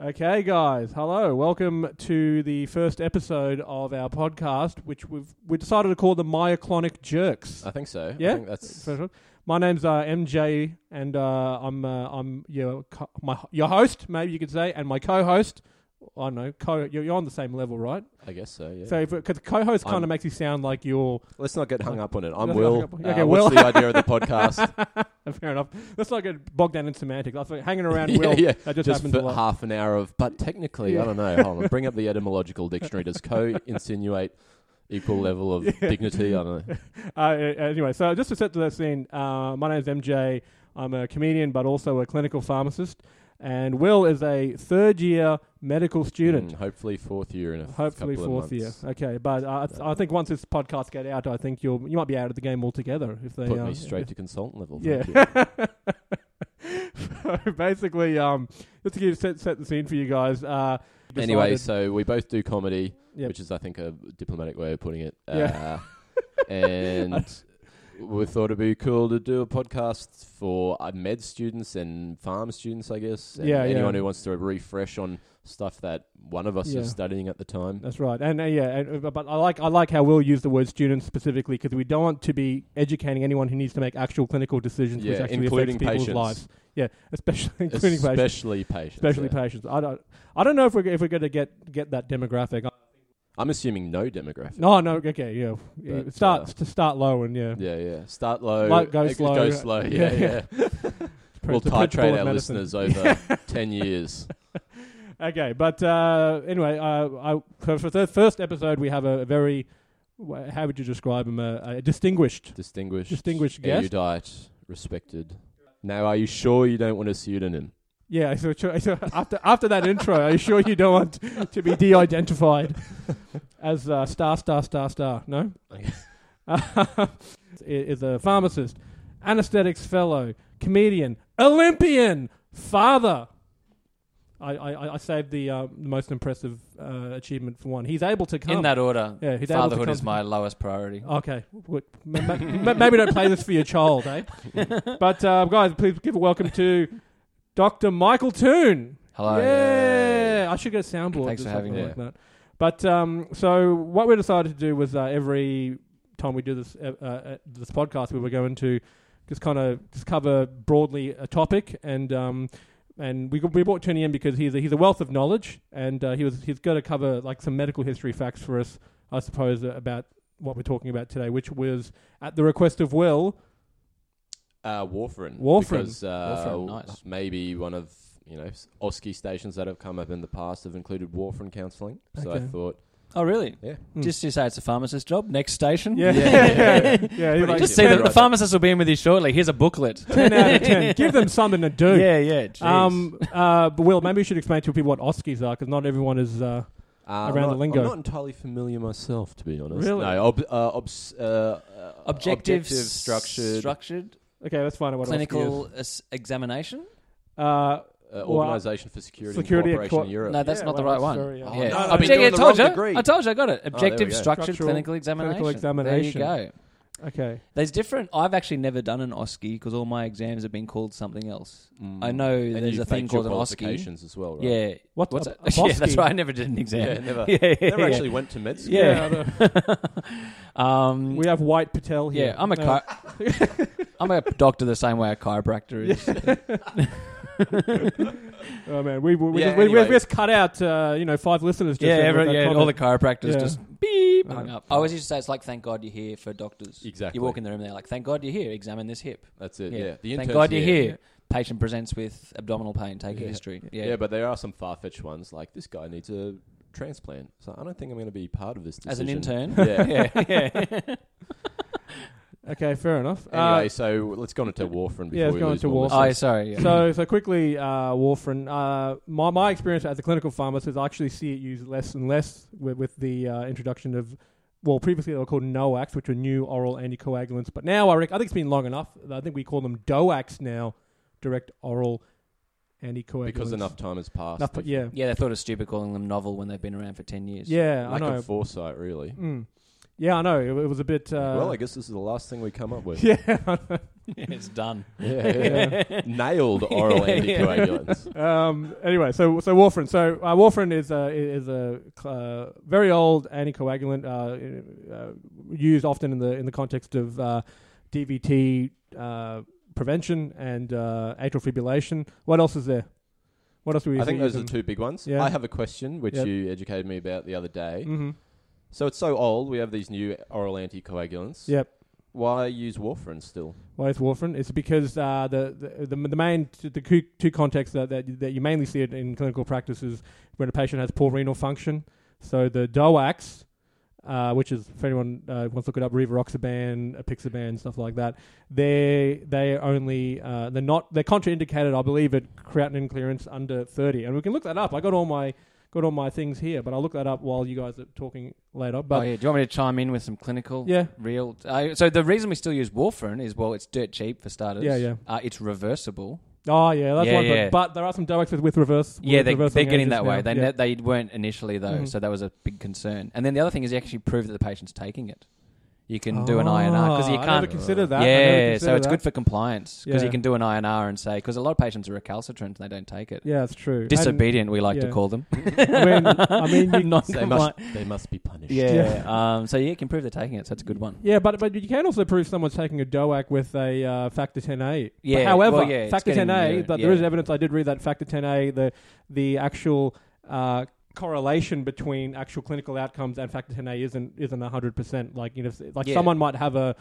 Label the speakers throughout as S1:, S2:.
S1: Okay, guys. Hello. Welcome to the first episode of our podcast, which we've we decided to call the Myoclonic Jerks.
S2: I think so.
S1: Yeah?
S2: I think that's
S1: First one. My name's uh, MJ, and uh, I'm uh, I'm your co- my your host, maybe you could say, and my co-host. I don't know. Co, you're, you're on the same level, right?
S2: I guess so. Yeah.
S1: So, because co-host kind of
S2: I'm-
S1: makes you sound like you're
S2: Let's not get hung up on it.
S1: Let's
S2: I'm
S1: not
S2: Will.
S1: get hung up- okay,
S2: uh,
S1: Will.
S2: What's the idea of the podcast?
S1: fair enough. Let's not get bogged down in semantics. I think hanging around
S2: yeah,
S1: Will,
S2: yeah.
S1: that just, happens a
S2: for
S1: lot.
S2: half an hour of. But technically,
S1: Yeah.
S2: I don't know. Hold on. Bring up the etymological dictionary. Does co insinuate equal level of dignity? I don't know.
S1: uh, anyway, so just to set the scene, uh, my name is MJ. I'm a comedian, but also a clinical pharmacist. And Will is a third year medical student.
S2: Mm, hopefully fourth year in a f-
S1: Hopefully
S2: couple
S1: fourth
S2: of
S1: year.
S2: months.
S1: Okay, but uh, I, th- I think once this podcast get out, I think you'll you might be out of the game altogether if they
S2: Put
S1: uh,
S2: me straight to consultant level.
S1: yeah.
S2: Thank you.
S1: so basically, um, just to give, set set the scene for you guys. Uh,
S2: Anyway,
S1: decided-
S2: so we both do comedy,
S1: Yep.
S2: which is, I think, a diplomatic way of putting it.
S1: Yeah.
S2: Uh, and we thought it'd be cool to do a podcast for uh, med students and farm students, I guess. And
S1: Yeah, yeah.
S2: anyone who wants to refresh on stuff that one of us
S1: Yeah.
S2: is studying at the time.
S1: That's right, and uh, yeah, and, uh, but I like I like how Will use the word students specifically because we don't want to be educating anyone who needs to make actual clinical decisions, which
S2: Yeah,
S1: actually
S2: including
S1: affects people's
S2: patients.
S1: lives. Yeah, especially including patients,
S2: Especially patients.
S1: especially
S2: yeah.
S1: patients. I don't I don't know if we're g- if we're going to get get that demographic. I-
S2: I'm assuming no demographic.
S1: No, no, okay, yeah, yeah
S2: But,
S1: start
S2: uh,
S1: to start low and yeah,
S2: Yeah, yeah. Start low.
S1: Like, go
S2: uh,
S1: slow.
S2: Go slow. Yeah,
S1: Yeah.
S2: yeah.
S1: Pr-
S2: we'll
S1: the principle
S2: titrate
S1: of
S2: our
S1: medicine.
S2: listeners over 10 years.
S1: Okay, but uh, anyway, uh, I, for, for the first episode, we have a, very wha- how would you describe him? A, a distinguished.
S2: Distinguished.
S1: Distinguished guest.
S2: Erudite. Respected. Now, are you sure you don't want a pseudonym?
S1: Yeah, so, so after after that intro, are you sure you don't want to be de-identified as uh, star star star star? No,
S2: Okay.
S1: uh, is a pharmacist, anesthetics fellow, comedian, Olympian, father. I I, I- I saved the uh, most impressive uh, achievement for one. He's able to come
S3: In that order,
S1: Yeah, he's able to
S3: fatherhood
S1: come
S3: is
S1: to-
S3: my lowest priority.
S1: Okay. What- ma- ma- ma- Maybe don't play this for your child, eh? but uh, guys, please give a welcome to Dr. Michael Toon.
S3: Hello.
S1: Yeah. I should get a soundboard.
S3: uh, Thanks
S1: or
S3: for having
S1: something
S2: me.
S1: Like that. But um, so what we decided to do was uh, every time we do this uh, uh, this podcast, we were going to just kind of just cover broadly a topic and. Um, and we, we brought Tony in because he's a, he's a wealth of knowledge, and uh, he was he's going to cover like some medical history facts for us, I suppose, uh, about what we're talking about today, which was at the request of Will.
S2: Uh, Warfarin.
S1: Warfarin.
S2: Because, uh,
S3: Warfarin, nice.
S2: Maybe one of you know s- OSCE stations that have come up in the past have included Warfarin counselling. So
S1: Okay.
S2: I thought,
S3: Oh, really?
S2: yeah,
S1: Hmm.
S3: Just you say it's a pharmacist's job. Next station.
S1: Yeah, yeah,
S2: Yeah.
S1: yeah. yeah. he's
S2: Pretty
S1: like,
S3: Just
S2: Just
S3: see
S2: see
S3: that
S2: that
S3: the pharmacist will be in with you shortly. Here's a booklet.
S1: ten out of ten. Give them something to do.
S3: Yeah, yeah. Jeez.
S1: Um, uh, but Will, maybe we should explain to people what OSCEs are, because not everyone is. Uh,
S2: uh, I'm
S1: Around
S2: not,
S1: the lingo.
S2: I'm not entirely familiar myself, to be honest.
S1: Really?
S2: No, ob- uh, obs- uh, uh,
S3: objective,
S2: objective, structured,
S3: structured
S1: okay, let's find out what OSCE is.
S3: clinical es- examination.
S1: Uh,
S2: uh,
S1: Well,
S2: organisation for security,
S1: Security and
S2: and cooperation
S1: Co-
S2: in Europe.
S3: No, that's
S1: Yeah,
S3: not the
S1: well,
S3: right one.
S1: that's very-
S3: yeah.
S1: Oh,
S2: no,
S3: Object-
S2: I've been doing
S3: I
S2: the
S3: told
S2: wrong
S3: you.
S2: degree. Oh,
S3: I told you. I got it.
S2: there
S3: Objective,
S2: we go.
S3: structured,
S1: Structural-
S3: clinical examination.
S1: examination.
S3: There you go.
S1: okay.
S3: There's different. I've actually never done an OSCE because all my exams have been called something else.
S2: Mm.
S3: I know
S2: And
S3: there's
S2: you
S3: a thing
S2: faked your
S3: called an OSCE.
S2: qualifications as well, right?
S3: Yeah.
S1: What-
S3: What's
S1: a-
S3: that?
S1: a
S3: Yeah, that's
S1: Bosky?
S3: right. I never did an exam.
S2: Yeah, never-
S3: yeah, yeah,
S2: Never
S3: yeah.
S2: actually went to med school.
S3: Yeah. um,
S1: We have White Patel here. Uh,
S3: yeah, I'm a
S1: No.
S3: chi- I'm a doctor the same way a chiropractor is.
S1: Oh man, we we, we,
S2: Yeah,
S1: just, we, we
S2: anyway.
S1: just cut out uh, you know five listeners. Just
S3: yeah,
S1: with
S3: every,
S1: that
S3: yeah
S1: comment.
S3: all the chiropractors
S1: Yeah.
S3: just beep
S1: Yeah.
S3: hung up. I always used to say it's like thank God you're here for doctors.
S2: Exactly.
S3: You walk in the room, they're like, thank God you're here. Examine this hip.
S2: That's it.
S3: Yeah.
S2: Yeah. The
S3: thank
S2: interns
S3: God you're here.
S1: Yeah.
S3: Patient presents with abdominal pain. Take
S1: Yeah.
S3: a history.
S2: Yeah.
S3: Yeah.
S2: but there are some far fetched ones like this guy needs a transplant. So I don't think I'm going to be part of this decision.
S3: As an intern.
S2: Yeah.
S3: yeah. yeah.
S1: okay, fair enough. Uh,
S2: Anyway, so let's go on to Warfarin before
S1: yeah, let's
S2: we
S1: go on
S2: lose
S1: to
S2: more
S1: Warfarin.
S3: oh,
S2: listeners.
S3: sorry. Yeah.
S1: So, so quickly, uh, warfarin. Uh, my, my experience as a clinical pharmacist, I actually see it used less and less with, with the uh, introduction of, well, previously they were called NOACs, which were new oral anticoagulants, but now I, rec- I think it's been long enough. I think we call them DOACs now, direct oral anticoagulants.
S2: because enough time has passed.
S1: Enough- yeah.
S3: Yeah, they thought it was stupid calling them novel when they've been around for 10 years.
S1: Yeah, I
S2: Lack
S1: know.
S2: of foresight, really.
S1: Mm. Yeah, I know. It, it was a bit. Uh,
S2: well, I guess this is the last thing we come up with.
S1: yeah. I know.
S3: it's done.
S2: Yeah, yeah. Nailed oral
S3: Yeah, yeah.
S2: anticoagulants.
S1: um, anyway, so so warfarin. So uh, warfarin is a is a uh, very old anticoagulant uh, uh, used often in the in the context of uh, DVT uh, prevention and uh, atrial fibrillation. What else is there? What else do we?
S2: I think
S1: use
S2: those are the
S1: in-
S2: two big ones.
S1: Yeah.
S2: I have a question which
S1: Yep.
S2: you educated me about the other day.
S1: Mhm.
S2: So it's so old. We have these new oral anticoagulants.
S1: Yep.
S2: Why use warfarin still?
S1: Why is warfarin? It's because uh, the, the the the main the two two contexts that, that that you mainly see it in clinical practice is when a patient has poor renal function. So the DOACs, uh, which is if anyone uh, wants to look it up, rivaroxaban, apixaban, stuff like that. They they are only uh, they're not they're contraindicated, I believe, at creatinine clearance under thirty, and we can look that up. I got all my got all my things here, but I'll look that up while you guys are talking later.
S3: But
S1: But
S3: oh, yeah. Do you want me to chime in with some clinical?
S1: yeah,
S3: Real. I so the reason we still use warfarin is well, it's dirt cheap for starters.
S1: Yeah, yeah.
S3: Uh, it's reversible.
S1: oh yeah, that's
S3: Yeah,
S1: one.
S3: yeah.
S1: But, but there are some DOACs with, with reverse.
S3: yeah,
S1: with
S3: they,
S1: reversing
S3: they're getting
S1: agents
S3: that way.
S1: now.
S3: They
S1: Yeah.
S3: ne- they weren't initially though,
S1: Mhm.
S3: so that was a big concern. And then the other thing is you actually prove that the patient's taking it. You can do an INR because you
S1: Ah,
S3: can't.
S1: I never considered that. I never
S3: yeah,
S1: considered
S3: so it's
S1: that.
S3: good for compliance because
S1: Yeah.
S3: you can do an INR and say because a lot of patients are recalcitrant and they don't take it.
S1: Yeah, it's true. I didn't-
S3: Disobedient, we like to
S1: yeah.
S3: call them.
S1: I mean, I mean, you-
S3: Not
S2: They must, they must be punished.
S3: Yeah. Um, so yeah, you can prove they're taking it. So that's a good one.
S1: yeah, but but you can also prove someone's taking a DOAC with a uh, factor 10A. But
S3: Yeah,
S1: however,
S3: well, yeah, it's
S1: factor
S3: getting
S1: 10A,
S3: nearer,
S1: but there is
S3: yeah.
S1: evidence. I did read that factor 10A, the the actual uh, correlation between actual clinical outcomes and factor 10A isn't isn't hundred percent. Like you know, s- like
S3: Yeah.
S1: someone might have a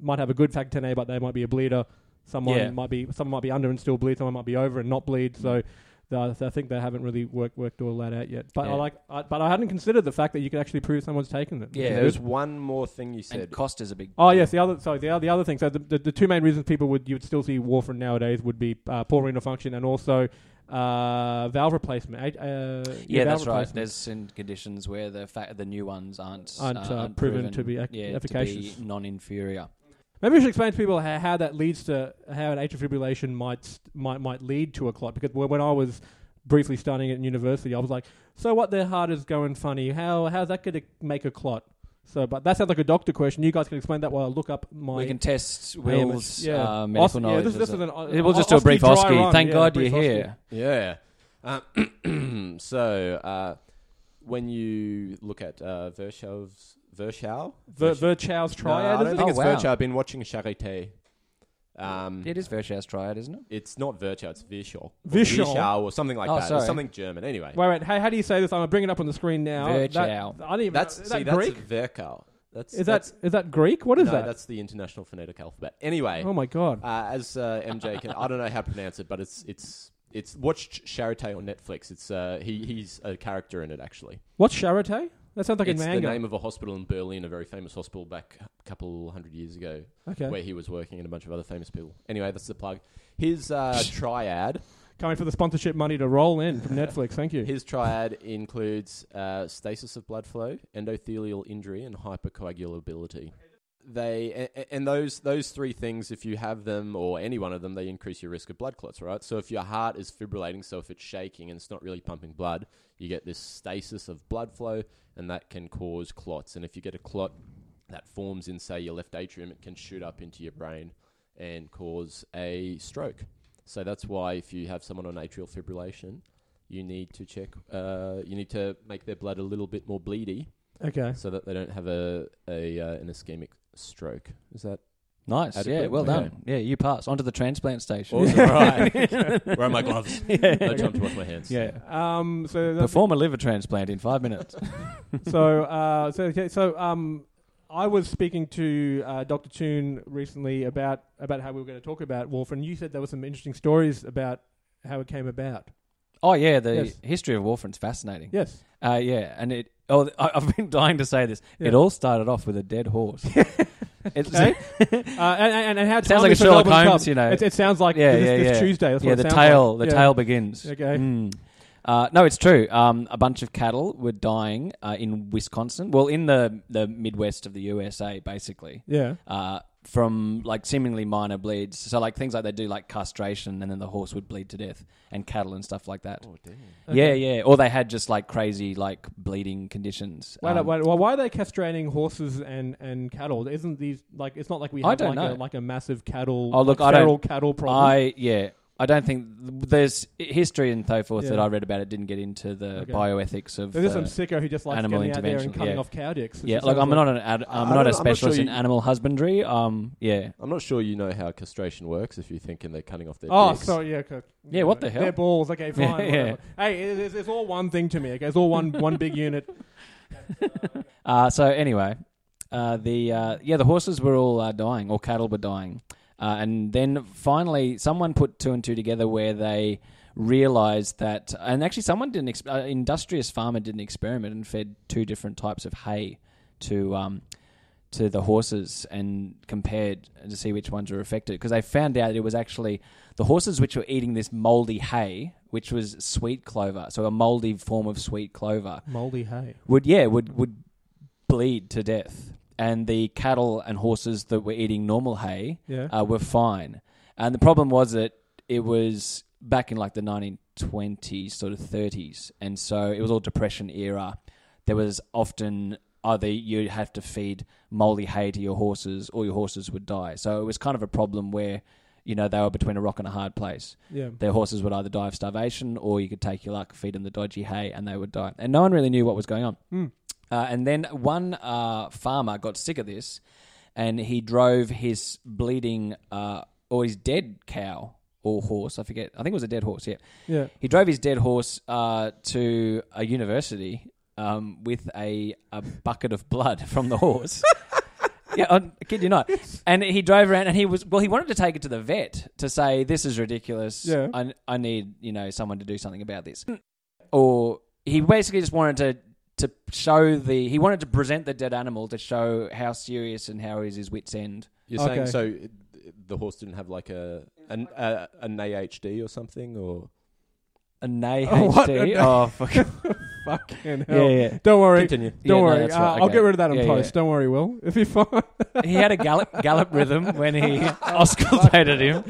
S1: might have a good factor 10A, but they might be a bleeder. Someone
S3: Yeah.
S1: might be someone might be under and still bleed. Someone might be over and not bleed. So. uh, I think they haven't really worked worked all that out yet, but I
S3: Yeah.
S1: like, I, but I hadn't considered the fact that you could actually prove someone's taken it.
S3: Yeah,
S1: Which is
S2: There was one more thing you
S3: And
S2: said.
S3: cost is a big.
S1: Oh yes, the other sorry, the, oth- the other thing. So the, the, the two main reasons people would you would still see warfarin nowadays would be uh, poor renal function and also uh, valve replacement. Uh, uh,
S3: Yeah,
S1: valve
S3: that's right.
S1: replacement.
S3: There's some conditions where the fa- the new ones aren't
S1: Aren't, uh, proven to be ec-
S3: yeah,
S1: efficacious.
S3: to be non-inferior.
S1: Maybe we should explain to people how, how that leads to how an atrial fibrillation might st- might might lead to a clot. Because when when I was briefly studying it in university, I was like, so what? Their heart is going funny. How how's that going to make a clot? So, but that sounds like a doctor question. You guys can explain that while I look up my.
S3: we can test
S1: AMS.
S3: Will's
S1: Yeah.
S3: uh,
S1: Os-
S3: medical
S1: yeah,
S3: knowledge.
S1: this- this
S3: as
S1: is
S3: a-
S1: an o-
S3: we'll just do a
S1: Oski
S3: brief
S1: dry
S3: Oski.
S1: run.
S3: Thank
S1: Yeah,
S3: God you're
S1: brief Oski.
S3: here.
S2: Yeah. Uh, so uh, when you look at uh, Vershov's Vershow,
S1: Ver- Virchow's triad.
S2: I
S1: is
S2: don't
S1: it?
S2: think
S3: Oh,
S2: it's
S3: wow.
S2: Virchow. I've been watching Charité. Um,
S3: It is Vershaus triad, isn't it?
S2: it's not Virchow. It's Virchow. Or
S1: Virchow?
S2: Virchow or something like
S3: Oh,
S2: that. Or
S3: sorry.
S2: something German. Anyway,
S1: Oh, Wait, wait. How, how do you say this? I'm gonna bring it up on the screen now.
S3: Virchow.
S1: That- I don't even.
S2: that's
S1: is
S2: see,
S1: that
S2: that's
S1: Greek?
S2: Virchow. That's
S1: is that is that Greek? What is
S2: no,
S1: that?
S2: That's the International Phonetic Alphabet. Anyway,
S1: oh my god.
S2: uh, as uh, MJ can, I don't know how to pronounce it, but it's it's it's watched Charité on Netflix. It's uh, he he's a character in it actually.
S1: What's Charité? That sounds like
S2: it's
S1: a
S2: the name
S1: manga.
S2: of a hospital in Berlin, a very famous hospital back a couple hundred years ago,
S1: Okay.
S2: where he was working and a bunch of other famous people. Anyway, that's the plug. His uh, triad,
S1: Coming for the sponsorship money to roll in from Netflix. Thank you.
S2: his triad includes uh, stasis of blood flow, endothelial injury, and hypercoagulability. They a- a- and those those three things, if you have them or any one of them, they increase your risk of blood clots. Right. So if your heart is fibrillating, so if it's shaking and it's not really pumping blood, you get this stasis of blood flow, and that can cause clots. And if you get a clot that forms in, say, your left atrium, it can shoot up into your brain and cause a stroke. So that's why if you have someone on atrial fibrillation, you need to check. Uh, you need to make their blood a little bit more bleedy
S1: Okay.
S2: so that they don't have a, a uh, an ischemic stroke. Is that
S3: Nice. Yeah.
S2: Adequate.
S3: Well
S2: Okay.
S3: done. Yeah, you pass onto the transplant station.
S2: awesome? All right. Where are my gloves?
S3: Yeah.
S2: No time to wash my hands.
S3: Yeah.
S1: Um. So that,
S3: Perform a liver transplant in five minutes.
S1: so uh, so okay, so um, I was speaking to uh, Dr. Toon recently about about how we were going to talk about warfarin. You said there were some interesting stories about how it came about.
S3: oh yeah, the
S1: Yes.
S3: history of warfarin's fascinating.
S1: Yes.
S3: Uh, yeah, and it. Oh, I, I've been dying to say this.
S1: Yeah.
S3: It all started off with a dead horse. It's-
S1: Okay. Uh, and, and, and how
S3: Sounds like
S1: timely
S3: a
S1: for
S3: Sherlock
S1: Melbourne
S3: Holmes,
S1: Cup.
S3: you know.
S1: It, it sounds like
S3: Yeah,
S1: this,
S3: yeah,
S1: this
S3: yeah.
S1: Tuesday. That's
S3: yeah,
S1: what it
S3: the
S1: sounds
S3: tale.
S1: like.
S3: The
S1: Yeah.
S3: tale begins.
S1: Okay.
S3: Mm. Uh, no, it's true. Um, a bunch of cattle were dying uh, in Wisconsin. Well, in the the Midwest of the USA, basically.
S1: Yeah.
S3: Uh, from like seemingly minor bleeds. So like things like they do like castration, and then the horse would bleed to death, and cattle and stuff like that.
S2: Oh damn!
S3: Yeah,
S1: Okay.
S3: yeah. Or they had just like crazy like bleeding conditions.
S1: Wait,
S3: Um,
S1: wait, well, why are they castrating horses and, and cattle? Isn't these like it's not like we have
S3: I don't
S1: like, A,
S3: know.
S1: like a massive cattle
S3: Oh, look,
S1: like
S3: I
S1: feral
S3: don't-
S1: cattle problem.
S3: I yeah. I don't think there's history and so forth
S1: Yeah.
S3: that I read about. It didn't get into the
S1: Okay.
S3: bioethics of.
S1: There's just
S3: the-
S1: some sicko who just likes
S3: animal
S1: getting out there and
S3: intervention,
S1: cutting
S3: yeah.
S1: off cow dicks. It
S3: yeah,
S1: just
S3: like I'm
S1: sounds
S3: not an ad, I'm
S2: I
S3: not
S2: don't- I'm
S3: a
S2: not sure
S3: specialist
S2: you-
S3: in animal husbandry. Um, yeah,
S2: I'm not sure you know how castration works if you're thinking they're cutting off their.
S1: Oh,
S2: dicks.
S1: sorry, yeah, okay.
S3: Yeah, what the hell?
S1: They're balls. Okay, fine.
S3: Yeah,
S1: whatever.
S3: yeah.
S1: Hey, it- it's, it's all one thing to me. Okay, it's all one one big unit.
S3: Uh, so anyway, uh, the uh, yeah the horses were all uh, dying, or cattle were dying, uh, and then finally someone put two and two together where they realized that, and actually someone didn't exp- uh, industrious farmer did an experiment and fed two different types of hay to um, to the horses and compared to see which ones were affected because they found out it was actually the horses which were eating this moldy hay, which was sweet clover, so a moldy form of sweet clover
S1: Moldy hay.
S3: would yeah would would bleed to death, and the cattle and horses that were eating normal hay
S1: Yeah.
S3: uh, were fine. And the problem was that it was back in like the 1920s, sort of 30s, and so it was all depression era. There was often either you have to feed moldy hay to your horses, or your horses would die. So it was kind of a problem where. You know, they were between a rock and a hard place
S1: yeah.
S3: their horses would either die of starvation or you could take your luck, feed them the dodgy hay, and they would die. And no one really knew what was going on.
S1: Hmm.
S3: Uh, and then one uh, farmer got sick of this and he drove his bleeding uh, or his dead cow or horse, I forget, I think it was a dead horse, yeah.
S1: Yeah.
S3: He drove his dead horse uh, to a university um, with a, a bucket of blood from the horse. yeah, I kid you not. And he drove around, and he was well. He wanted to take it to the vet to say this is ridiculous.
S1: Yeah.
S3: I, I need you know someone to do something about this. Or he basically just wanted to to show the he wanted to present the dead animal to show how serious and how is his wits end.
S2: You're
S1: Okay.
S2: saying so it- the horse didn't have like a an a, an AHD or something or
S3: A nay
S1: Oh, what?
S3: HD.
S1: A nay-
S3: Oh, fuck. yeah,
S1: Fucking hell.
S3: yeah.
S1: Don't worry.
S2: continue.
S1: Don't
S3: Yeah, no,
S1: worry.
S3: that's
S1: uh,
S3: right,
S1: I'll
S3: okay.
S1: get rid of that in
S3: Yeah, yeah.
S1: post. Don't worry, Will. If you find
S3: He had a gallop gallop rhythm when he auscultated him.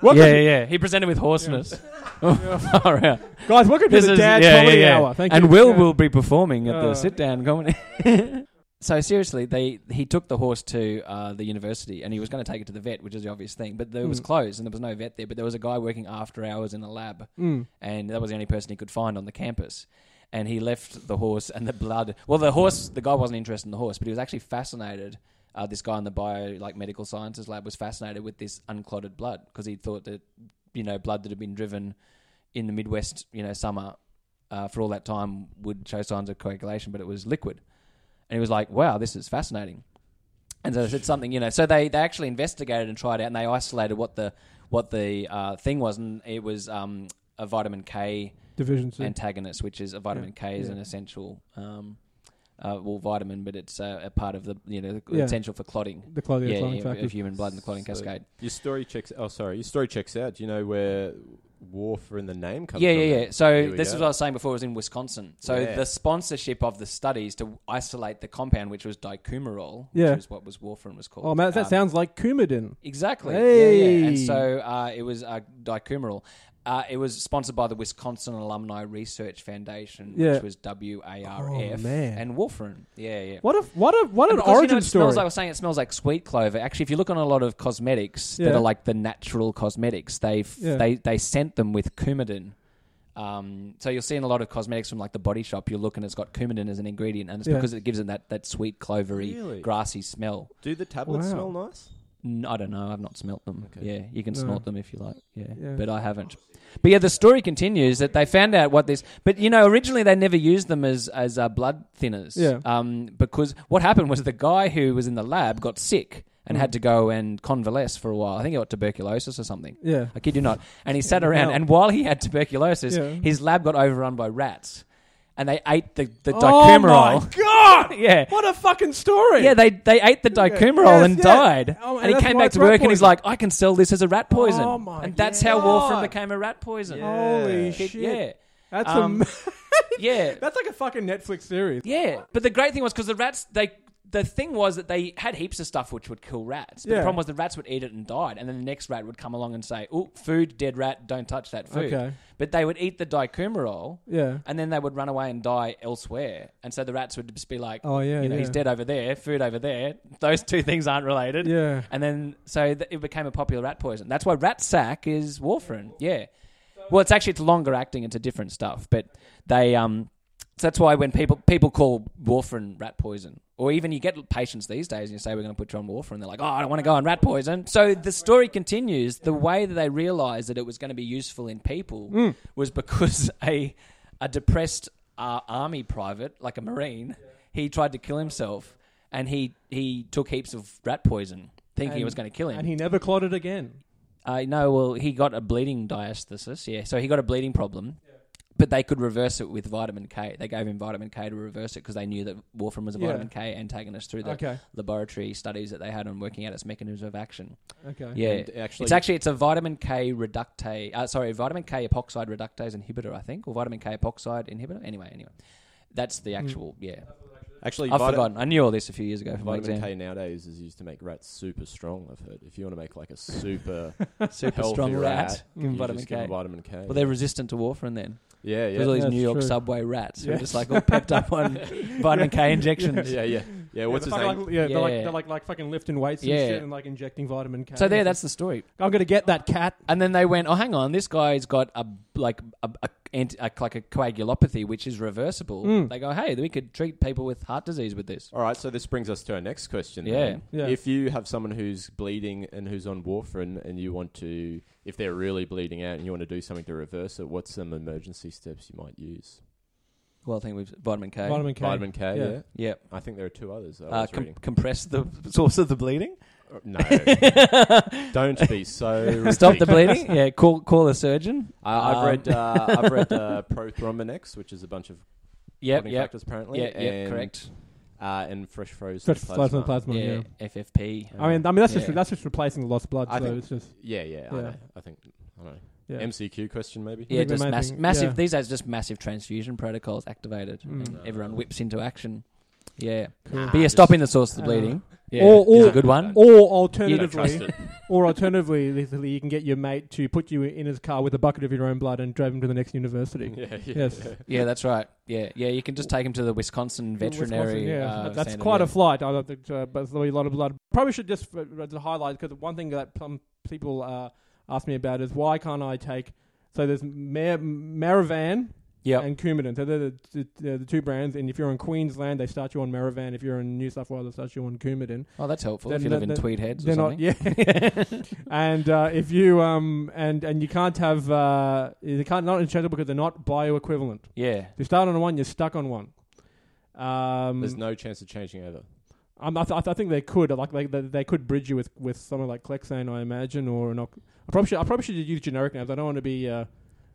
S1: What
S3: yeah,
S1: could-
S3: yeah, yeah. He presented with hoarseness. Far out.
S1: guys, welcome to the Dad Comedy Hour. Thank
S3: and
S1: you.
S3: Will
S1: Yeah.
S3: will be performing at
S1: Uh,
S3: the sit down comedy. so seriously, they he took the horse to uh, the university, and he was going to take it to the vet, which is the obvious thing. But there was
S1: Mm.
S3: closed, and there was no vet there. But there was a guy working after hours in the lab,
S1: Mm.
S3: and that was the only person he could find on the campus. And he left the horse and the blood. Well, the horse, the guy wasn't interested in the horse, but he was actually fascinated. Uh, this guy in the bio, like medical sciences lab, was fascinated with this unclotted blood because he thought that, you know, blood that had been driven in the Midwest, you know, summer uh, for all that time would show signs of coagulation, but it was liquid. And he was like, wow, this is fascinating. And so it's something, you know, so they, they actually investigated and tried out and they isolated what the, what the uh, thing was. And it was um, a vitamin K
S1: Division C.
S3: antagonist, which is a vitamin K is
S1: yeah.
S3: an essential, um, uh, well, vitamin, but it's uh, a part of the, you know,
S1: Yeah.
S3: essential for clotting.
S1: the clothing
S3: Yeah,
S1: yeah,
S3: yeah, of human blood and the clotting
S2: So-
S3: cascade.
S2: Your story checks. Oh, sorry. Your story checks out. Do you know where war for in the name comes
S3: yeah,
S2: from?
S3: yeah, yeah. So
S2: Here we
S3: this
S2: go.
S3: is what I was saying before. It was in Wisconsin. So
S2: Yeah.
S3: the sponsorship of the studies to isolate the compound, which was dicumarol,
S1: Yeah.
S3: which is what was warfarin was called.
S1: Oh, man, that
S3: Um,
S1: sounds like Coumadin.
S3: exactly. Yeah, yeah. And
S1: Hey.
S3: so uh, it was uh, dicumarol. Uh, it was sponsored by the Wisconsin Alumni Research Foundation,
S1: Yeah.
S3: which was WARF,
S1: Oh, man.
S3: and warfarin. Yeah, yeah.
S1: What a what a what an
S3: And because, you know,
S1: origin
S3: it
S1: story.
S3: Smells like, I was saying, it smells like sweet clover. Actually, if you look on a lot of cosmetics
S1: Yeah.
S3: that are like the natural cosmetics, they've
S1: Yeah.
S3: they they sent them with coumadin. Um, so you'll see in a lot of cosmetics from like the body shop, you'll look and it's got coumadin as an ingredient, and it's
S1: Yeah.
S3: because it gives it that that sweet clovery,
S2: Really?
S3: grassy smell.
S2: Do the tablets
S1: Wow.
S2: smell nice?
S3: N- I don't know. I've not smelt them.
S2: Okay.
S3: Yeah, you can
S1: No.
S3: snort them if you like. Yeah.
S1: Yeah.
S3: but I haven't. But yeah, the story continues that they found out what this. But you know, originally they never used them as as uh, blood thinners.
S1: Yeah.
S3: Um, because what happened was the guy who was in the lab got sick and
S1: Mm.
S3: had to go and convalesce for a while. I think he got tuberculosis or something.
S1: yeah.
S3: I kid you not. And he sat around,
S1: Wow.
S3: and while he had tuberculosis,
S1: Yeah.
S3: his lab got overrun by rats, and they ate the the
S1: oh my
S3: dicumarol.
S1: god!
S3: yeah.
S1: What a fucking story.
S3: Yeah, they they ate the
S1: Yeah.
S3: dicumarol
S1: Yes,
S3: and
S1: yeah.
S3: died.
S1: Oh, and
S3: and he
S1: that's
S3: came
S1: why
S3: back
S1: it's
S3: to
S1: rat
S3: work and he's
S1: poison.
S3: like, I can sell this as a rat poison.
S1: Oh my
S3: and that's how
S1: God.
S3: warfarin became a rat poison.
S2: Yeah.
S1: Holy
S2: Yeah.
S1: shit.
S3: Yeah.
S1: That's
S3: Um,
S1: um,
S3: Yeah.
S1: that's like a fucking Netflix series.
S3: Yeah. But the great thing was because the rats they the thing was that they had heaps of stuff which would kill rats. But
S1: Yeah.
S3: The problem was the rats would eat it and died, and then the next rat would come along and say, "Oh, food, dead rat, don't touch that food."
S1: Okay.
S3: But they would eat the dicumarol,
S1: Yeah.
S3: and then they would run away and die elsewhere. And so the rats would just be like,
S1: Oh, yeah,
S3: you know,
S1: yeah.
S3: he's dead over there, food over there. Those two things aren't related."
S1: Yeah.
S3: And then so th- it became a popular rat poison. That's why rat sack is warfarin. Yeah. Well, it's actually it's longer acting. It's a different stuff, but they um. So that's why when people people call warfarin rat poison, or even you get patients these days and you say we're going to put you on warfarin, they're like, oh, I don't want to go on rat poison. So the story continues. The way that they realised that it was going to be useful in people
S1: Mm.
S3: was because a a depressed uh, army private, like a marine, he tried to kill himself, and he he took heaps of rat poison, thinking
S1: And-
S3: it was going to kill him.
S1: And he never clotted again.
S3: Uh, no, well, he got a bleeding diastasis. Yeah, so he got a bleeding problem, but they could reverse it with vitamin K. They gave him vitamin K to reverse it because they knew that warfarin was a
S1: Yeah.
S3: vitamin K antagonist through the
S1: Okay.
S3: laboratory studies that they had on working out its mechanism of action.
S1: Okay.
S3: Yeah,
S2: And actually-
S3: it's actually it's a vitamin K reductase. Uh, sorry, vitamin K epoxide reductase inhibitor, I think, or vitamin K epoxide inhibitor. Anyway, anyway, that's
S1: Mm.
S3: the actual. Yeah,
S2: Actually,
S3: I've
S2: vita-
S3: forgotten. I knew all this a few years ago from my
S2: Vitamin
S3: exam.
S2: K nowadays is used to make rats super strong. I've heard. If you want to make like a super
S3: Super
S2: healthy
S3: strong rat.
S2: you
S1: Mm.
S3: vitamin
S2: just give 'em
S3: K.
S2: vitamin K.
S3: Well, they're resistant to warfarin then.
S2: yeah, yeah.
S3: There's all these
S1: That's
S3: New York
S1: true.
S3: subway rats who are
S1: Yeah.
S3: just like all pepped up on vitamin K injections.
S2: yeah, yeah, yeah. What's
S1: yeah, they're
S2: his name?
S1: fucking Like, yeah, They're, like,
S3: Yeah.
S1: they're like, like fucking lifting weights and
S3: Yeah.
S1: shit and like injecting vitamin K.
S3: So there, that's the story.
S1: I'm gonna get that cat.
S3: And then they went, oh, hang on, this guy's got a like a, a, anti- a like a coagulopathy which is reversible.
S1: Mm.
S3: They go, hey, we could treat people with heart disease with this.
S2: All right, so this brings us to our next question.
S3: Yeah.
S2: then.
S1: Yeah.
S2: If you have someone who's bleeding and who's on warfarin, and you want to, if they're really bleeding out, and you want to do something to reverse it, what's some emergency steps you might use?
S3: Well, I think we've vitamin K.
S1: Vitamin Oh, K.
S2: Vitamin K. Yeah.
S1: Yeah.
S3: Yeah,
S2: I think there are two others. I
S3: uh,
S2: was
S3: com-
S2: reading.
S3: compress the source of the bleeding.
S2: Uh, no, don't be so.
S3: Stop the
S2: ridiculous.
S3: bleeding. Yeah, call call a surgeon.
S2: I I've
S3: Um,
S2: read uh, I've read uh, Prothrombinex, which is a bunch of
S3: Yep,
S2: clotting
S3: yep,
S2: factors apparently.
S3: yeah, yeah,
S2: and,
S3: correct.
S2: Uh, and fresh frozen
S1: That's plasma,
S2: plasma.
S1: plasma. Yeah.
S3: Yeah, FFP.
S1: I mean, I mean that's just
S3: Yeah.
S1: that's just replacing the lost blood.
S2: I
S1: so
S2: think-
S1: it's just
S2: Yeah, yeah. I,
S1: Yeah.
S2: know. I think I know.
S1: yeah.
S2: MCQ question maybe.
S1: think
S3: Yeah,
S1: they
S3: just
S1: might
S3: mass-
S1: think-
S3: massive.
S1: yeah.
S3: These days, just massive transfusion protocols activated,
S1: Mm.
S3: and everyone whips into action. Yeah,
S1: Cool.
S3: but yeah,
S2: just-
S3: stopping the source of the
S1: Uh,
S3: bleeding. Yeah,
S1: Or-
S3: is
S1: or-
S3: a good one.
S1: Or
S2: You don't
S1: alternatively,
S2: trust it.
S1: Or alternatively, literally, you can get your mate to put you in his car with a bucket of your own blood and drive him to the next university.
S2: yeah, yeah.
S1: Yes.
S3: yeah, that's right. Yeah, yeah, you can just take him to the Wisconsin veterinary.
S1: Wisconsin, yeah,
S3: uh,
S1: that's
S3: center,
S1: quite
S3: yeah.
S1: a flight. I don't think, uh, but there'll be a lot of blood. Probably should just uh, to highlight because one thing that some people uh, ask me about is why can't I take? So there's Mar- Maravan
S3: Yep.
S1: and Coumadin. So they're the, the, they're the two brands. And if you're in Queensland, they start you on Maravan. If you're in New South Wales, they start you on Coumadin.
S3: Oh, that's helpful. If
S1: Then
S3: you live
S1: the-
S3: in
S1: the-
S3: Tweed Heads or
S1: They're not,
S3: something.
S1: yeah. and uh, if you um and and you can't have uh, they can't not interchangeable because they're not bioequivalent.
S3: Yeah,
S1: If you start on one, you're stuck on one. Um,
S2: There's no chance of changing over.
S1: um, I, th- I think they could like like they, they could bridge you with with someone like Clexane, I imagine, or an. Oc- I probably should I probably should use generic names. I don't want to be. Uh,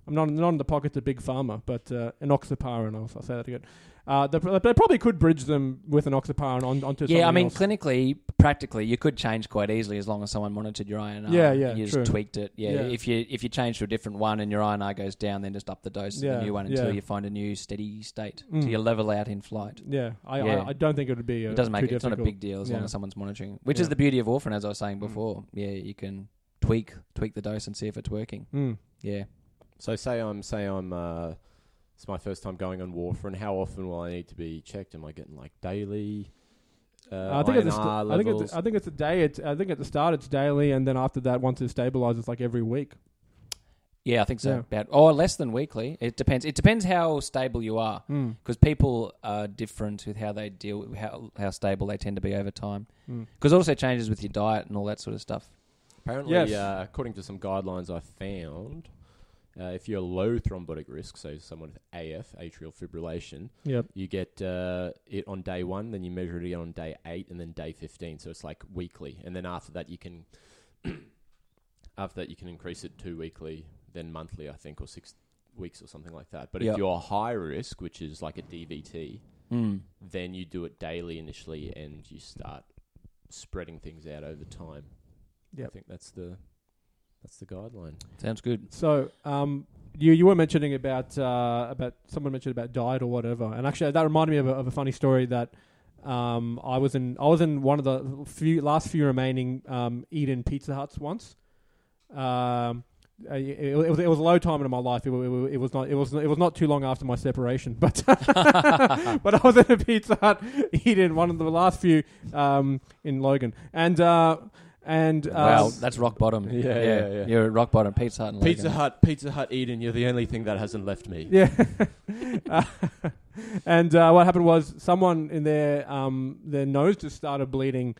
S1: I'm not not in the pockets of big pharma, but uh, an oxyparin. I'll, I'll say that again. Uh, they, pr- they probably could bridge them with an oxyparin on, onto.
S3: yeah. I
S1: something
S3: mean,
S1: else.
S3: clinically, practically, you could change quite easily as long as someone monitored your INR.
S1: Yeah, yeah,
S3: and you just
S1: true.
S3: tweaked it. Yeah,
S1: Yeah.
S3: if you if you change to a different one and your INR goes down, then just up the dose of
S1: Yeah,
S3: the new one until
S1: yeah.
S3: you find a new steady state.
S1: Mm.
S3: So you level out in flight.
S1: yeah, I,
S3: Yeah.
S1: I, I don't think it would be. Uh,
S3: it doesn't make
S1: too
S3: it, it's not a
S1: difficult.
S3: big deal as long
S1: Yeah.
S3: as someone's monitoring. Which
S1: Yeah. Mm.
S3: is the beauty of warfarin, as I was saying before. Yeah, you can tweak tweak the dose and see if it's working.
S1: Mm.
S3: Yeah,
S2: So say I'm say I'm uh, it's my first time going on warfarin. How often will I need to be checked? Am I getting like daily? Uh,
S1: I think at the st-
S2: INR
S1: I think
S2: levels?
S1: it's, I think it's a day. It's, I think at the start it's daily, and then after that, once it stabilizes, it's like every week.
S3: yeah, I think so.
S1: Yeah.
S3: About or less than weekly. It depends. It depends how stable you are,
S1: Mm.
S3: because people are different with how they deal with how how stable they tend to be over time.
S1: Mm.
S3: Because it also changes with your diet and all that sort of stuff.
S2: Apparently,
S1: Yes.
S2: uh, according to some guidelines I found, uh, if you're low thrombotic risk, so someone with AF, atrial fibrillation,
S1: Yep.
S2: you get uh, it on day one, then you measure it again on day eight, and then day 15. So it's like weekly. And then after that, you can. After that, you can increase it two weekly, then monthly, I think, or six weeks or something like that. But
S3: Yep.
S2: if you're high risk, which is like a DVT,
S1: Hmm.
S3: Mm.
S2: then you do it daily initially, and you start spreading things out over time. I
S1: Yep.
S2: think that's the that's the guideline.
S3: Sounds good.
S1: So, um, you you were mentioning about uh, about someone mentioned about diet or whatever, and actually that reminded me of a, of a funny story that Um, I was in I was in one of the few last few remaining um, Eden Pizza Huts once. Um, uh, it, it was it was a low time in my life. It, wa- it, wa- it was not it was it was not too long after my separation, but but I was in a Pizza Hut eating one of the last few um, in Logan, and uh, and uh,
S3: wow, that's rock bottom.
S2: Yeah, yeah, yeah.
S3: You're at rock bottom. Pizza Hut. And
S2: Pizza
S3: Logan.
S2: Hut, Pizza Hut, Eden. You're the only thing that hasn't left me.
S1: Yeah. Uh, and uh, what happened was someone in their um, their nose just started bleeding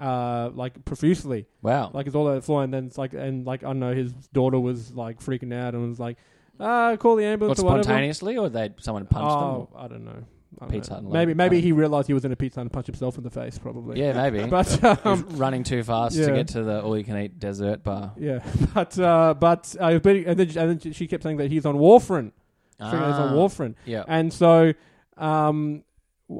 S1: uh, like profusely,
S3: Wow.
S1: like it's all over the floor. And then it's like and like I don't know, his daughter was like freaking out and was like, "Ah, call the
S3: What,
S1: ambulance or whatever."
S3: spontaneously, or they someone punched
S1: oh, I don't know. I don't
S3: Pizza Hut
S1: know.
S3: and
S1: Maybe
S3: Logan.
S1: maybe
S3: I-
S1: he realized he was in a pizza Hut and punched himself in the face,
S3: them?
S1: probably.
S3: Yeah, maybe.
S1: But
S3: He
S1: um,
S3: was running too fast
S1: yeah.
S3: to get to the all-you-can-eat dessert bar.
S1: yeah, but uh, but uh, but- and then and then she kept saying that he's on warfarin. She figured he's on
S3: Ah,
S1: warfarin.
S3: Yeah.
S1: And so, um,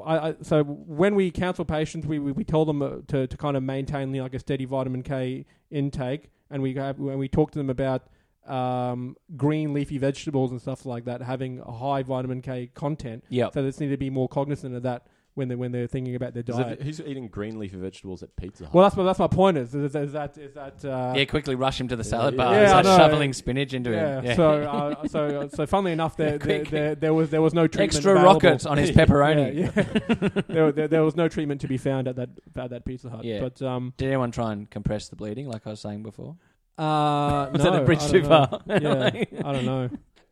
S1: I, I, so when we counsel patients, we, we, we tell them uh, to, to kind of maintain like a steady vitamin K intake, and we have, when we talk to them about um, green leafy vegetables and stuff like that having a high vitamin K content,
S3: Yep.
S1: so they just need to be more cognizant of that when they when they're thinking about their
S2: Is
S1: diet.
S2: it, who's eating green leafy vegetables at Pizza Hut?
S1: well, that's my that's my point is is, is that is that uh,
S3: yeah, quickly rush him to the salad
S2: yeah.
S3: bar
S1: Yeah,
S3: and
S1: I
S3: start
S1: know.
S3: shoveling spinach into
S1: yeah,
S3: him. Yeah.
S1: So uh, so so funnily enough, there, there,
S3: Quick.
S1: there there was there was no treatment
S3: Extra
S1: available.
S3: rockets on his pepperoni.
S1: Yeah, yeah. there, there, there was no treatment to be found at that at that Pizza Hut.
S3: Yeah.
S1: But um,
S3: Did anyone try and compress the bleeding, like I was saying before?
S1: uh,
S3: Was
S1: no,
S3: that a bridge
S1: I
S3: too
S1: don't know.
S3: far?
S1: Yeah, I don't know.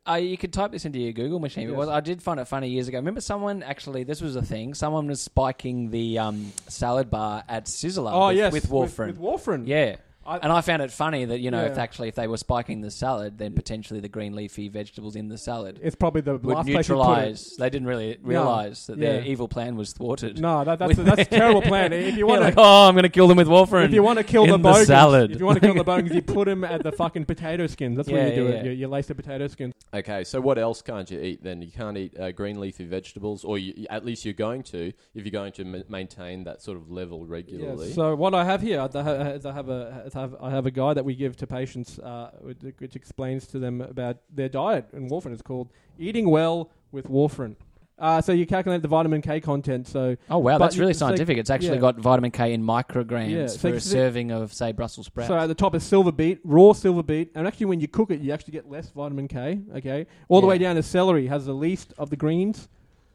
S3: Uh, you could type this into your Google machine.
S1: Yes.
S3: It was, I did find it funny years ago. Remember, someone actually this was a thing. Someone was spiking the um, salad bar at Sizzler.
S1: oh
S3: with,
S1: yes,
S3: with warfarin.
S1: With, warfarin.
S3: yeah,
S1: I-
S3: and I found it funny that you know if
S1: Yeah.
S3: actually if they were spiking the salad, then potentially the green leafy vegetables in the salad
S1: it's probably the
S3: would
S1: last place you put it.
S3: neutralize. They didn't really realize that their
S1: yeah.
S3: evil plan was thwarted.
S1: No, that, that's that's a terrible plan. If you
S3: Yeah,
S1: want
S3: like,
S1: to.
S3: oh, I'm going to kill them with warfarin.
S1: If you want to kill
S3: in
S1: the
S3: the
S1: bogans,
S3: salad.
S1: if you want to kill the bogans, you put them at the fucking potato skins. That's where
S3: Yeah,
S1: you do
S3: yeah,
S1: it.
S3: yeah.
S1: You, you lace the potato skins.
S2: Okay, so what else can't you eat then? You can't eat uh, green leafy vegetables, or you, at least you're going to if you're going to m- maintain that sort of level regularly.
S1: Yes. So what I have here, I ha- is I have a is I have, I have a guide that we give to patients, uh, which, which explains to them about their diet and warfarin. It's called "Eating Well with Warfarin." Uh, so you calculate the vitamin K content. So
S3: oh wow,
S1: But
S3: that's really
S1: it's like-
S3: scientific. it's actually
S1: yeah.
S3: got vitamin K in micrograms
S1: Yeah, so
S3: for a
S1: it's-
S3: serving of say Brussels sprouts.
S1: so at the top is silver beet, raw silver beet, and actually when you cook it, you actually get less vitamin K. Okay, all the
S3: Yeah.
S1: way down to celery has the least of the greens.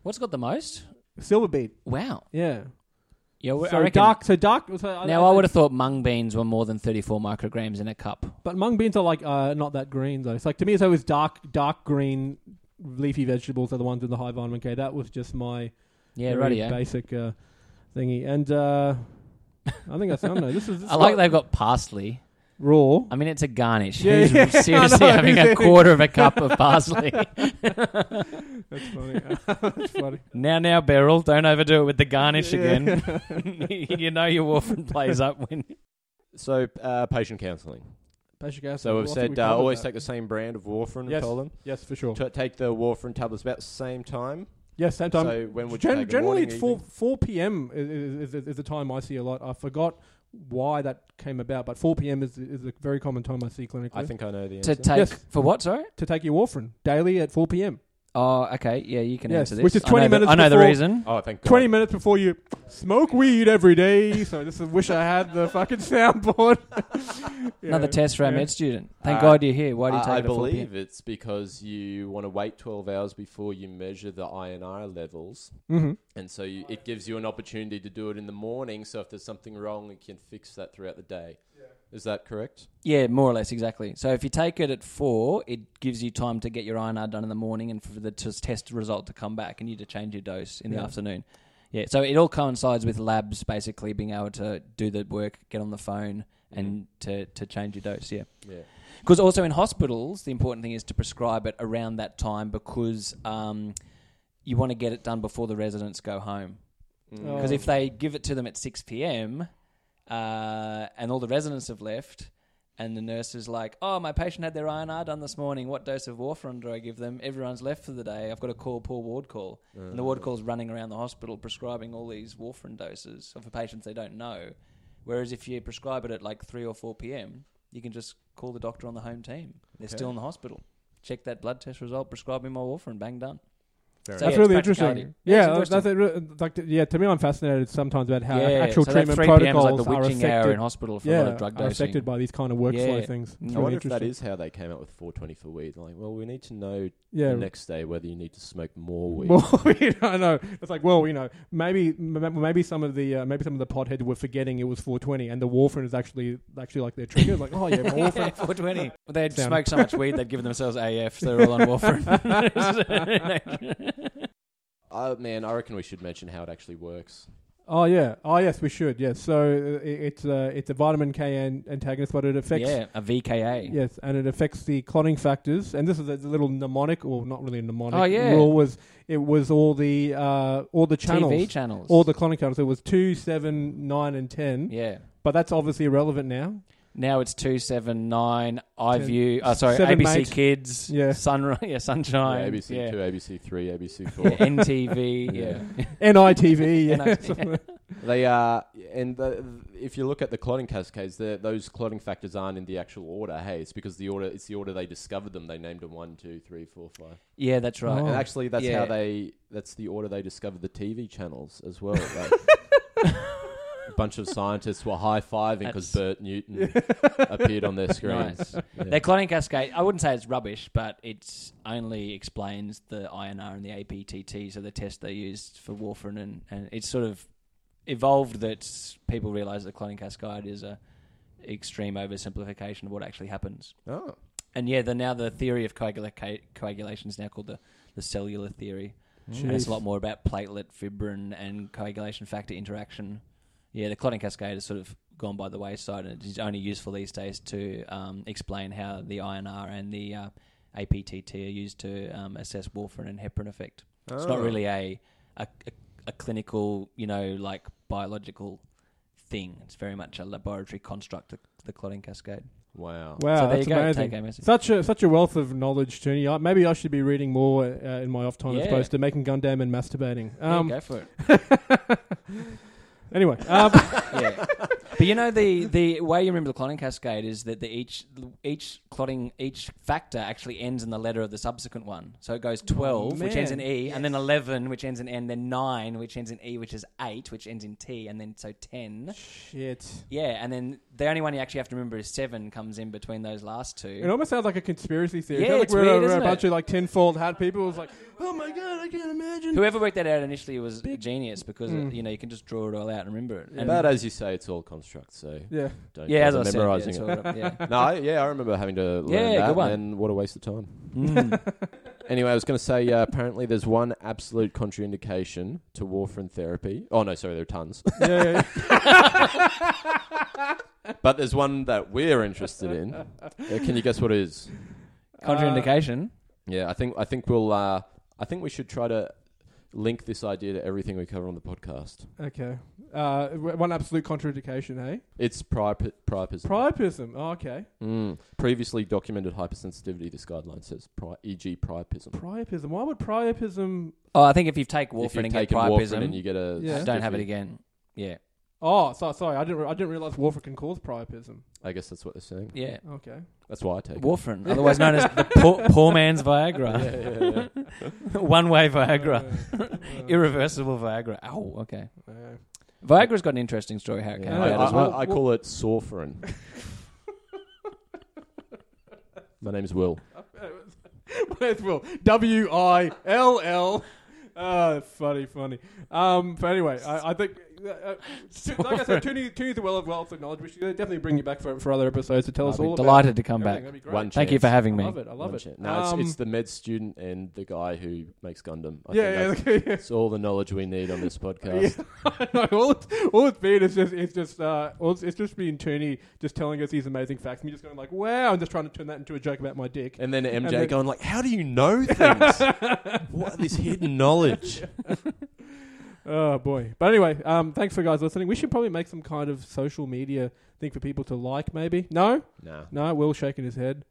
S3: What's got the most?
S1: Silver beet,
S3: Wow.
S1: yeah.
S3: Yeah, Oh, I
S1: so
S3: reckon-
S1: dark, so dark. So
S3: Now I would have thought mung beans were more than 34 micrograms in a cup.
S1: But mung beans are like uh, not that green though. It's like to me it's always dark dark green leafy vegetables are the ones with the high vitamin K. That was just my
S3: Yeah,
S1: very
S2: eh?
S3: radio.
S1: basic uh, thingy. And uh, I think that's I don't know. This is this
S3: I like
S1: is
S3: they've got parsley.
S1: raw.
S3: I mean, it's a garnish.
S1: Yeah,
S3: Who's
S1: yeah.
S3: seriously
S1: I know,
S3: having a
S1: exactly.
S3: quarter of a cup of parsley?
S1: That's funny. that's funny.
S3: now, now, Beryl, don't overdo it with the garnish
S1: Yeah.
S3: again. you know your warfarin plays up when.
S2: So, uh, patient counselling.
S1: Basic acid.
S2: So
S1: Well,
S2: we've
S1: I think
S2: said
S1: we
S2: uh,
S1: covered
S2: always
S1: that.
S2: take the same brand of warfarin.
S1: Yes.
S2: We told them
S1: yes for sure.
S2: Ta- take the warfarin tablets about the same time.
S1: Yes, same time.
S2: So when would you
S1: Gen-
S2: take it?
S1: generally,
S2: Morning,
S1: it's four
S2: evening?
S1: four p.m. Is, is, is the time I see a lot. I forgot why that came about, but four p.m. is is a very common time I see clinically.
S2: I think I know the answer.
S3: To take.
S1: Yes.
S3: For what, sorry?
S1: to take your warfarin daily at four p.m.
S3: Oh, okay. Yeah, you can
S1: Yes,
S3: answer this.
S1: which is
S3: I know
S1: 20
S3: the-
S1: minutes
S3: I know the
S1: before-
S3: reason.
S2: oh, thank God.
S1: 20 minutes before you smoke weed every day. So this is wish I had the fucking soundboard. Yeah.
S3: Another test for our
S1: Yeah.
S3: med student. Thank
S2: Uh,
S3: God you're here. Why do you
S2: I-
S3: take
S2: I
S3: it at 4 p.m.?
S2: believe it's because you want to wait 12 hours before you measure the INR levels.
S1: Mhm.
S2: And so you, it gives you an opportunity to do it in the morning. So if there's something wrong, you can fix that throughout the day. Is that correct?
S3: Yeah, more or less, exactly. So if you take it at four, it gives you time to get your INR done in the morning and for the t- test result to come back, and you to change your dose in
S1: Yeah.
S3: the afternoon. Yeah, so it all coincides with labs basically being able to do the work, get on the phone, and to, to change your dose. Yeah.
S2: Yeah.
S3: Because also in hospitals, the important thing is to prescribe it around that time because um, you want to get it done before the residents go home.
S1: Oh.
S2: Mm.
S3: Because if they give it to them at 6 p.m. Uh, and all the residents have left, and the nurse is like, "Oh, my patient had their INR done this morning. What dose of warfarin do I give them?" Everyone's left for the day. I've got to call poor ward call,
S2: Uh,
S3: and
S1: Oh.
S3: the ward call's running around the hospital prescribing all these warfarin doses for patients they don't know. Whereas if you prescribe it at like three or four p.m., you can just call the doctor on the home team. They're
S2: Okay.
S3: still in the hospital. Check that blood test result. Prescribe me my warfarin. Bang done.
S2: Fair
S3: So
S1: That's
S3: yeah,
S1: really
S3: it's
S1: interesting.
S3: practicality. Yeah,
S1: Yeah,
S3: it's
S1: that's it. re- Like, yeah, to me, I'm fascinated sometimes about how
S3: yeah,
S1: actual
S3: so that
S1: treatment
S3: 3 PM is
S1: protocols
S3: like the
S1: are
S3: witching hour in
S1: affected.
S3: hospital for a lot
S1: Yeah,
S3: of drug
S1: are
S3: dosing.
S1: affected by these kind of workflow
S3: Yeah.
S1: things. It's
S2: I
S3: I
S1: really
S2: wonder if that
S1: interesting.
S2: is how they came out with 420 for weed. Like, well, we need to know
S1: Yeah,
S2: the next day whether you need to smoke more weed.
S1: Well, you know, I know it's like, well, you know, maybe m- maybe some of the uh, maybe some of the potheads were forgetting it was 420, and the warfarin is actually actually like their trigger. It's like, oh yeah, warfarin.
S3: Yeah, 420. Well, they'd
S1: Sound.
S3: smoked so much weed they'd given themselves AF. So they were all on warfarin.
S2: Uh, man, I reckon we should mention how it actually works.
S1: oh yeah, oh yes, we should. Yes, so uh, i- it's uh, it's a vitamin K an- antagonist, but it affects.
S3: yeah, a VKA.
S1: Yes, and it affects the clotting factors. And this is a little mnemonic, or not really a mnemonic
S3: Oh, yeah.
S1: rule. Was it was all the uh, all the channels,
S3: TV channels.
S1: all the clotting channels. It was two, seven, nine, and ten.
S3: yeah.
S1: But that's obviously irrelevant now.
S3: Now it's two seven nine
S1: Ten.
S3: iView. Oh, sorry,
S1: Seven,
S3: ABC
S1: mate.
S3: Kids.
S1: Yeah.
S3: Sunrise. Yeah,
S2: Yeah,
S3: Sunshine.
S2: ABC
S3: yeah.
S2: two, ABC three, ABC four.
S3: Yeah, NTV. yeah.
S1: NITV. Yeah.
S3: NITV.
S1: something like-
S2: They are, and the, if you look at the clotting cascades, they're- those clotting factors aren't in the actual order. Hey, it's because the order it's the order they discovered them. They named them one, two, three, four, five.
S3: Yeah, that's right.
S1: Oh.
S2: And actually, that's
S3: Yeah.
S2: how they that's the order they discovered the TV channels as well. Like,
S1: Oh.
S2: a bunch of scientists were high fiving because
S3: That's-
S2: Bert Newton appeared on their screens.
S3: Nice.
S2: Yeah.
S3: Their clotting cascade, I wouldn't say it's rubbish, but it only explains the INR and the APTT, so the test they used for warfarin, and, and it's sort of evolved that people realise that clotting cascade is a extreme oversimplification of what actually happens.
S2: Oh,
S3: And yeah, the now the theory of coagula- coagulation is now called the, the cellular theory, and it's
S1: Jeez.
S3: Mm, a lot more about platelet, fibrin, and coagulation factor interaction. Yeah, the clotting cascade has sort of gone by the wayside, and it's only useful these days to um, explain how the INR and the uh, APTT are used to um, assess warfarin and heparin effect. It's not
S2: Oh.
S3: really a, a a a clinical, you know, like biological thing. It's very much a laboratory construct. The, the clotting cascade.
S2: oh. wow.
S1: Wow,
S3: so there
S1: that's
S3: you go.
S1: amazing.
S3: Take-home message.
S1: Such a such a wealth of knowledge, Tony. I, maybe I should be reading more uh, in my off time as
S3: Yeah.
S1: opposed to making Gundam and masturbating.
S3: Yeah,
S1: Um,
S3: go for it.
S1: anyway, um,
S3: yeah. But you know the the way you remember the clotting cascade is that the each each clotting each factor actually ends in the letter of the subsequent one. So it goes twelve, which ends in
S1: man.
S3: E, and then eleven, which ends in N, then nine, which ends in E, which is eight, which ends in T, and then so ten.
S1: shit.
S3: Yeah, and then the only one you actually have to remember is seven comes in between those last two.
S1: It almost sounds like a conspiracy theory.
S3: Yeah,
S1: Sounds like
S3: it's
S1: we're, a-
S3: weird,
S1: we're a
S3: isn't it?
S1: bunch of like tinfoiled hat people. It's like, oh my god, I can't imagine.
S3: Whoever worked that out initially was a genius because
S1: Mm.
S3: you know you can just draw it all out and remember it. And
S2: But as you say, it's all constructs. So
S1: Yeah,
S2: don't
S3: yeah, as I
S2: bother
S3: said, yeah,
S2: memorizing
S3: it's
S2: it.
S3: all up, yeah.
S2: No, I, yeah, I remember having to learn
S3: Yeah,
S2: that,
S3: good one.
S2: and what a waste of time.
S3: Mm.
S2: Anyway, I was going to say uh, apparently there's one absolute contraindication to warfarin therapy. Oh no, sorry, there are tons,
S1: yeah, yeah, yeah.
S2: but there's one that we're interested in. Uh, can you guess what it is?
S1: Uh,
S3: Contraindication.
S2: Yeah, I think I think we'll uh, I think we should try to link this idea to everything we cover on the podcast.
S1: okay. Uh, w- one absolute contraindication, hey?
S2: It's prior priapism.
S1: Priapism. Oh, okay.
S2: mm. Previously documented hypersensitivity. This guideline says, pri- e.g., priapism.
S1: Priapism. Why would priapism?
S3: Oh, I think if you've take
S2: If
S3: warfarin
S2: you've
S3: and get
S2: taken warfarin
S3: priapism,
S2: and you get a
S1: Yeah.
S3: don't have it
S2: sensitivity-
S3: again. Yeah,
S1: Oh, so, sorry, I didn't. Re- I didn't realize warfarin can cause priapism.
S2: I guess that's what they're saying.
S3: yeah.
S1: Okay.
S2: That's why I take it.
S3: Warfarin, otherwise known as the poor, poor man's Viagra,
S2: Yeah, yeah, yeah.
S3: one-way Viagra,
S1: Uh, uh,
S3: irreversible Viagra. Oh, okay.
S1: uh.
S3: Viagra's got an interesting story how it came
S2: Yeah,
S1: Yeah,
S2: I,
S3: about
S1: I-
S3: as well.
S1: I- I
S2: call it sorferin. My name's Will.
S1: Where's Will? W I L L. Uh, funny, funny. Um, but anyway, I, I think, uh, uh, t- like I said, Toonie, Toonie's a well of wealth of knowledge. We should definitely bring you back for, for other episodes to tell us
S3: I'll be
S1: all about.
S3: delighted to come back.
S1: everything. That'd be great.
S2: One
S3: Thank you
S2: chance.
S3: for having
S1: I
S3: me.
S1: love it. I love
S2: One
S1: it.
S2: chance. No, it's,
S1: Um,
S2: it's the med student and the guy who makes Gundam. I think
S1: yeah,
S2: that's-
S1: yeah. yeah.
S2: It's all the knowledge we need on this podcast.
S1: no, all it's, all it's been is just it's just uh, all it's, it's just been Toonie just telling us these amazing facts. and Me just going like, wow, I'm just trying to turn that into a joke about my dick.
S2: And then MJ
S1: And then-
S2: going like, "How do you know things? what this hidden knowledge?"
S1: Oh boy! But anyway, um, thanks for guys listening. We should probably make some kind of social media thing for people to like. Maybe no,
S2: Nah,
S1: no. Will shaking his head.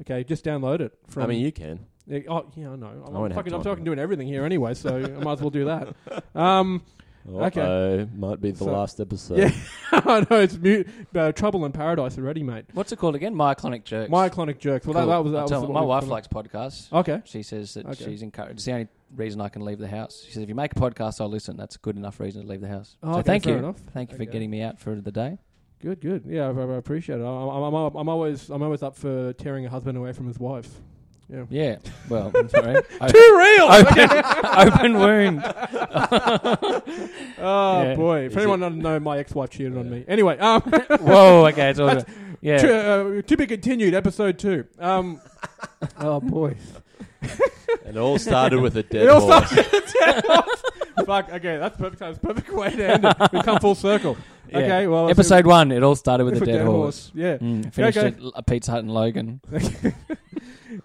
S1: Okay, just download it. From
S2: I mean you can.
S1: Yeah, oh yeah, I know. I'm,
S2: won't have
S1: fucking, I'm
S2: time.
S1: fucking doing everything here anyway, so I might as well do that. Um, Okay.
S2: Okay, might be the
S1: So-
S2: last episode.
S1: Yeah. I know it's mute, uh, trouble in paradise already, mate.
S3: What's it called again? Myoclonic jerks.
S1: Myoclonic jerks. Well, that, that was that was what
S3: my
S1: we-
S3: wife likes podcasts.
S1: Okay.
S3: She says that
S1: Oh. Okay.
S3: she's encouraged. It's the only reason I can leave the house. She said, if you make a podcast, I'll listen. That's a good enough reason to leave the house.
S1: Oh,
S3: so
S1: okay,
S3: thank
S1: fair
S3: you.
S1: enough.
S3: Thank you for
S1: Okay.
S3: getting me out for the day.
S1: Good, good. Yeah, I, I appreciate it. I'm, I'm, I'm, I'm always, I'm always up for tearing a husband away from his wife. Yeah.
S3: Yeah. Well, I'm sorry. O-
S1: Too real.
S3: open, open wound.
S1: Oh
S3: Yeah.
S1: boy! If
S3: Is
S1: anyone doesn't know, my ex-wife cheated on me. Anyway, um,
S3: Whoa. Okay. It's all good. Yeah.
S1: to, uh, to be continued. Episode two. Um, oh boy!
S2: It all started with a dead
S1: It all
S2: horse.
S1: Fuck. Okay, that's perfect. That's perfect way to end it. We come full circle.
S3: Yeah.
S1: Okay. Well, it's-
S3: Episode one. It all started with
S1: it's
S3: a dead, horse.
S1: Yeah.
S3: Mm, finished
S1: Okay.
S3: at L- at Pete's Hut in Logan.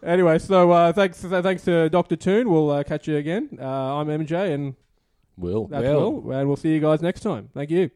S1: Anyway, so uh, thanks, so thanks to Doctor Toon. We'll uh, catch you again. Uh, I'm MJ, and
S2: Will.
S1: that's
S3: Well.
S1: Will, and we'll see you guys next time. Thank you.